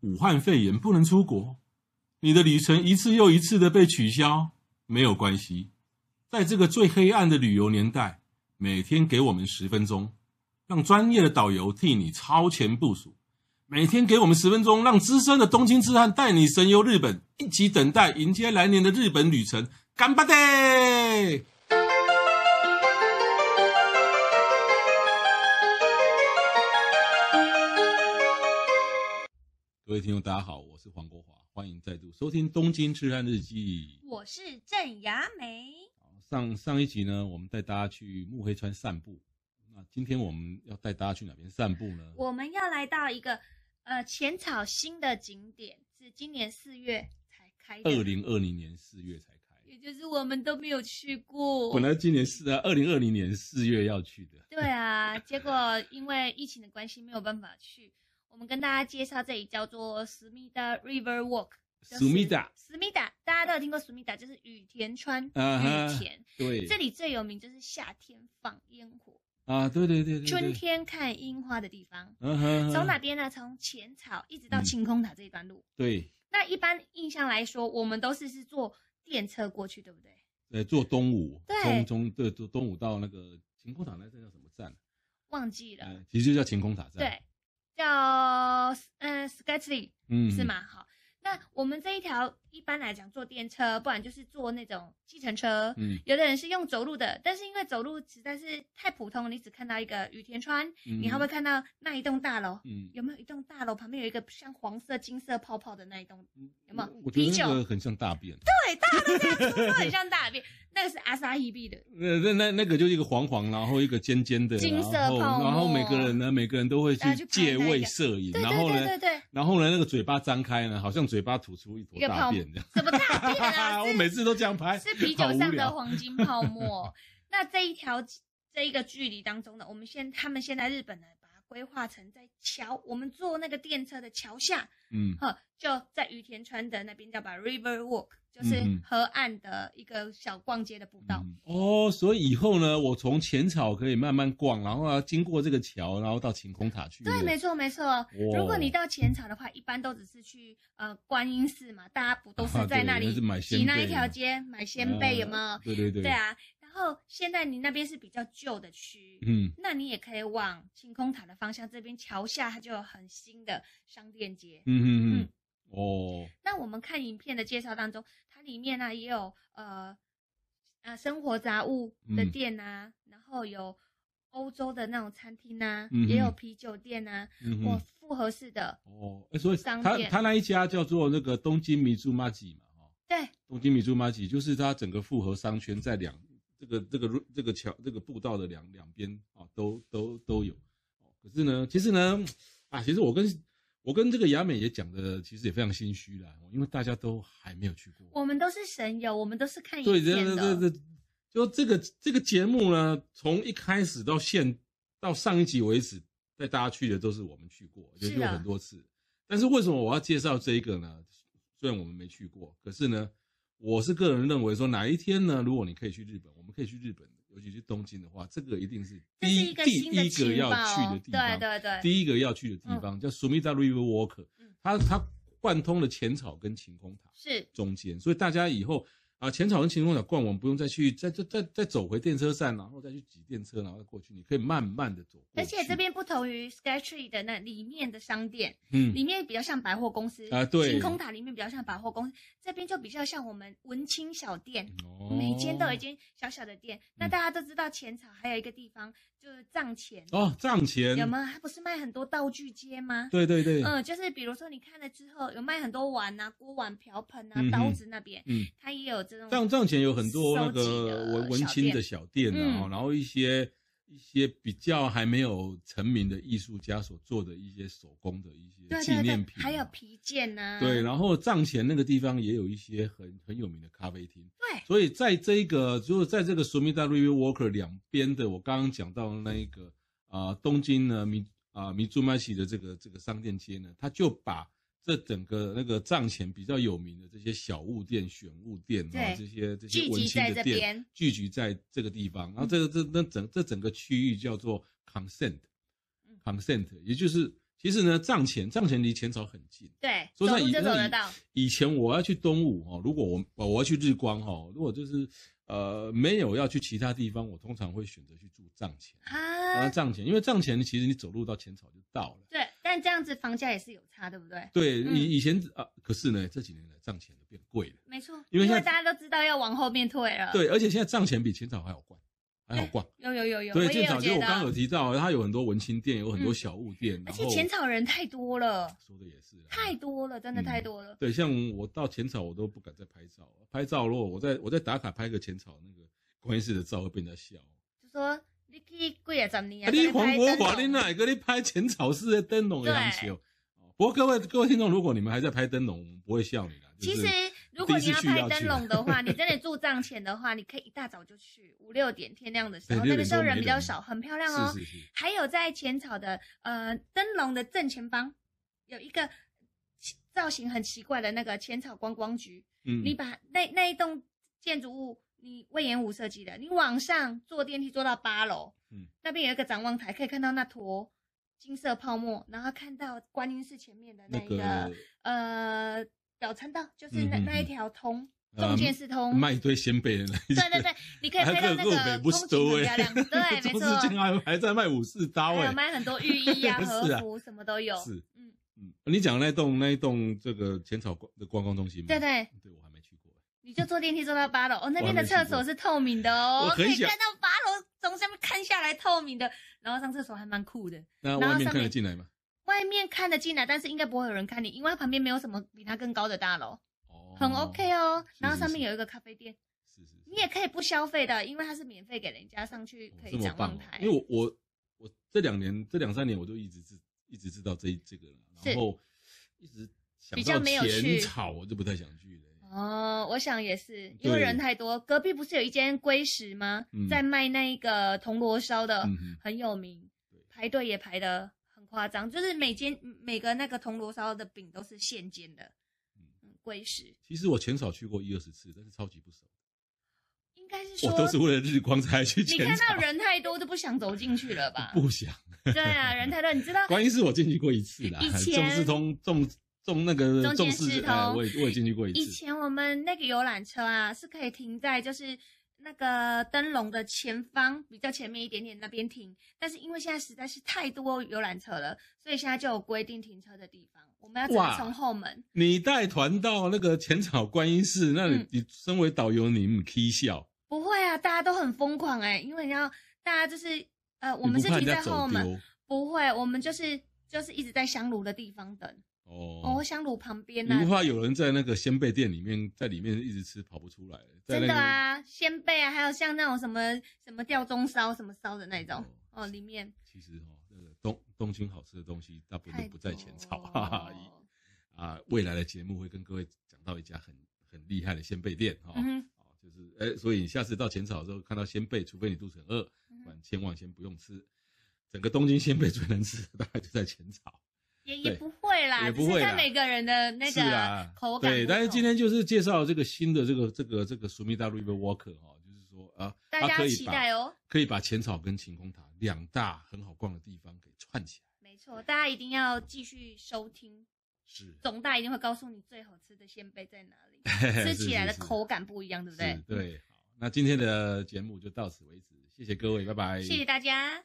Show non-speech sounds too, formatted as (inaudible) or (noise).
武汉肺炎不能出国，你的旅程一次又一次的被取消，没有关系。在这个最黑暗的旅游年代，每天给我们十分钟，让专业的导游替你超前部署；每天给我们十分钟，让资深的东京之汉带你神游日本，一起等待迎接来年的日本旅程。干巴爹！各位听众，大家好，我是黄国华，欢迎再度收听《东京痴汉日记》。我是郑雅梅，上上一集呢，我们带大家去暮黑川散步。那今天我们要带大家去哪边散步呢？我们要来到一个呃浅草新的景点，是今年四月才开的，二零二零年四月才开，也就是我们都没有去过。本来今年是啊，二零二零年四月要去的。对啊，结果因为疫情的关系没有办法去。我们跟大家介绍这里叫做思密达 River Walk，思密达，思密达大家都有听过思密达，就是羽田川羽啊哈田。对，这里最有名就是夏天放烟火，啊，对对对对，春对，天看樱花的地方。嗯哼，从哪？边呢？从浅草一直到嗯晴空塔这一段路。对，那一般印象来说，我们都是是坐电车过去，对不对？呃，坐东武，对从从对坐东武到那个晴空塔，那站叫什么站？啊忘记了，呃，其实就叫晴空塔站。，对，叫嗯 Skytree 嗯，是？吗？好，那我们这一条一般来讲坐电车，不然就是坐那种计程车。嗯有的人是用走路的，但是因为走路实在是太普通，你只看到一个雨田川，嗯，你还会看到那一栋大楼。嗯，有没有一栋大楼旁边有一个像黄色、金色泡泡的那一栋？有没有我我觉得啤酒那个很像大便。对，大家都这样说，很像大便。那个是阿萨伊币的，那呃那那那个就是一个黄黄，然后一个尖尖的，金色然后泡沫然后每个人呢，每个人都会去大家去拍借那位个摄影，对然后对对呢对，对。然后呢，那个嘴巴张开呢，好像嘴巴吐出一坨一个大泡沫便这 (laughs) 样。怎么大便啊？我 (laughs) 每次都这样拍，是啤好酒无上的聊黄金泡沫。 (laughs) 那这一条这一个距离当中呢，我们现他们现在日本呢，把它规划成在桥，我们坐那个电车的桥下，嗯呵，就在于田川的那边叫把 River Walk，就是嗯嗯河岸的一个小逛街的步道。嗯哦，所以以后呢，我从浅草可以慢慢逛，然后啊，经过这个桥，然后到晴空塔去。对，没错没错。如果你到浅草的话，一般都只是去呃观音寺嘛，大家不都啊是在对那那里是买挤鲜那贝一条嘛街买鲜贝，有没有啊？对对对，对，啊，然后现在你那边是比较旧的区，嗯，那你也可以往晴空塔的方向，这边桥下它就有很新的商店街。嗯嗯嗯嗯，哦，那我们看影片的介绍当中，它里面呢、也有呃呃生活杂物的嗯店啊，然后有欧洲的那种餐厅啊，嗯也有哼啤酒店啊，嗯哇、嗯，复合式的，哦，哎所以商他店他那一家叫做那个东京米珠马吉嘛，哦，对东京米珠马吉就是它整个复合商圈在两这个这个这个桥这个步道的两两边啊、哦都都都有。哦可是呢，其实呢，啊，其实我跟我跟这个雅美也讲的，其实也非常心虚啦，哦因为大家都还没有去过。我们都是神游，我们都是看影对，这片的。这这这，就这个这个节目呢，从一开始到现到上一集为止，带大家去的都是我们去过，也是去过啊很多次。但是为什么我要介绍这一个呢？虽然我们没去过，可是呢，我是个人认为说，哪一天呢，如果你可以去日本，我们可以去日本，尤其是东京的话，这个一定是这第是一一个第新的一个情要报去的哦，地方，对对对，第一个要去的地方、叫 Sumida River Walk，、嗯它它贯通了浅草跟晴空塔是中间，所以大家以后啊、浅草跟晴空塔逛完，不用再去再再再再走回电车站，然后再去挤电车，然后再过去，你可以慢慢的走过去。而且这边不同于 Skytree 的那里面的商店，嗯里面比较像百货公司啊对晴空塔里面比较像百货公司，这边就比较像我们文青小店，哦嗯每间都有一间小小的店。那大家都知道浅草还有一个地方就是藏钱，哦藏钱有？吗？它不是卖很多道具街吗？对对对，嗯，就是比如说你看了之后，有卖很多碗啊、锅碗瓢盆啊嗯哼、刀子那边，嗯它也有这藏种。藏前有很多那收集个的文文青的小店啊，嗯然后一些一些比较还没有成名的艺术家所做的一些手工的一些对纪对念对，品啊，还有皮件啊呐、对，然后藏前那个地方也有一些很很有名的咖啡厅，对所以在这个就是在这个 Sumida River Walker 两边的，我刚刚讲到那一个啊、东京呢米啊米珠麦西的这个这个商店街呢，它就把这整个那个藏前比较有名的这些小物店、选物店啊，对这些这些聚文集青在的这店边，嗯聚集在这个地方，然嗯后这个这那整这整个区域叫做 consent consent，也就是其实呢，藏前藏前离浅草很近，对，说走在路以就走那得以到。以前我要去东武哦，如果我呃我要去日光哦，如果就是呃没有要去其他地方，我通常会选择去住藏前。啊，啊，藏前，因为藏前其实你走路到浅草就到了。对，但这样子房价也是有差，对不对？对，嗯以以前啊，可是呢，这几年来藏前都变贵了。没错，因为因现在为大家都知道要往后面退了。，对，而且现在藏前比浅草还好逛，还好逛。有有有有，对，哎我也浅有草就接我刚刚到有，提到，它有很多文青店，有很多嗯小物店，而然且后浅草人太多了，说的也是啦太多了，真的嗯太多了。对，像我到浅草我都不敢再拍照了，拍照如果我在我在打卡拍个浅草那个观音寺的照会被人家笑。就说你去贵啊，怎么啊、你黄国华，你哪个你拍浅草寺的灯笼也行对笑？哦不过各位各位听众，如果你们还在拍灯笼，我们不会笑你啦。就其是实，如果第一你要次去拍要去啊灯笼的话， (laughs) 你真的住帐前的话，你可以一大早就去，五六点天亮的时候，对六那点个时候多没人比较人少，很漂亮哦。是是是，还有在浅草的呃灯笼的正前方，有一个奇造型很奇怪的那个浅草观光局，嗯，你把那那一栋建筑物，你魏延武设计的，你往上坐电梯坐到八楼，嗯那边有一个展望台，可以看到那坨金色泡沫，然后看到观音寺前面的那那一个、个呃表参道，就是那、嗯嗯嗯那一条通，呃中间是通。卖一啊堆鲜贝的那一对 (laughs) 对对，你可以拍到那个不风是景很 (laughs) 漂亮，对，没中错世。间还还在卖武士刀还有哎、卖很多浴衣啊、 (laughs) 是啊和服什么都有。是，嗯，嗯，你讲的那栋那一栋这个浅草观的观光中心吗？对，对，对我还没去过。欸你就坐电梯坐到八楼，哦，那我还边没的厕去过所是透明的哦我，很可以想看到八楼从上面看下来透明的，然后上厕所还蛮酷的。那然后外面上看得面进来吗？哦外面看得进来，但是应该不会有人看你，因为它旁边没有什么比它更高的大楼，哦很 OK 哦。是然后是上是面有一个咖啡店，是是是，你也可以不消费的，因为它是免费给人家上去哦可这以么展棒望哦台。因为我我我这两年这两三年我就一直知一直知道这一这个了，然是后一直想比到较没有浅去草，我就不太想去了。哦，我想也是，因为对人太多。隔壁不是有一间龟石吗？嗯在卖那个铜锣烧的，嗯哼很有名对，排队也排的很夸张，就是每间每个那个铜锣烧的饼都是现煎的嗯，嗯，龟石其实我浅草去过一二十次，但是超级不熟，应该是说我都是为了日光才去你浅看草。到人太多都不想走进去了吧？ (laughs) 不想，对啊，人太多，你知道观音寺我进去过一次啦，以前重视通重重那个中重间视四，通哎，我也我也进去过一以次。前我们那个游览车啊，是可以停在就是那个灯笼的前方比较前面一点点那边停，但是因为现在实在是太多游览车了，所以现在就有规定停车的地方，我们要只哇能从后门。你带团到那个浅草观音寺，那你、嗯你身为导游，你们 k 笑，不会啊，大家都很疯狂哎、因为你要大家就是呃，我们你是不怕停人在家后走门，丢不会，我们就是就是一直在香炉的地方等哦，哦？香炉旁边啊你呢、不怕有人在那个鲜贝店里面，在里面一直吃跑不出来？在那真的个，啊，鲜贝啊，还有像那种什么什么吊钟烧什么烧的那种哦哦，里面其实哦，那个东东京好吃的东西大部分太都不在浅草，多哈哈。啊，未来的节目会跟各位讲到一家很很厉害的鲜贝店哈。哦嗯哼，哦，就是哎、所以你下次到浅草的时候看到鲜贝，除非你肚子很饿，嗯不然千万先不用吃。整个东京鲜贝最难吃的大概就在浅草。也也对不会啦，也不只会是啦看每个人的那是啊个口感不对，同。但是今天就是介绍这个新的这个这个这个 Sumida River Walker 哈、就是说啊，大它家可以期把待哦可以把浅草跟晴空塔两大很好逛的地方给串起 (laughs) 来。没错，大家一定要继续收听，是，总大一定会告诉你最好吃的鲜贝在哪里。 (laughs) 吃吃起来的口感不一样，对对不对？对，好，那今天的节目就到此为止，谢谢各位，拜拜。嗯谢谢大家。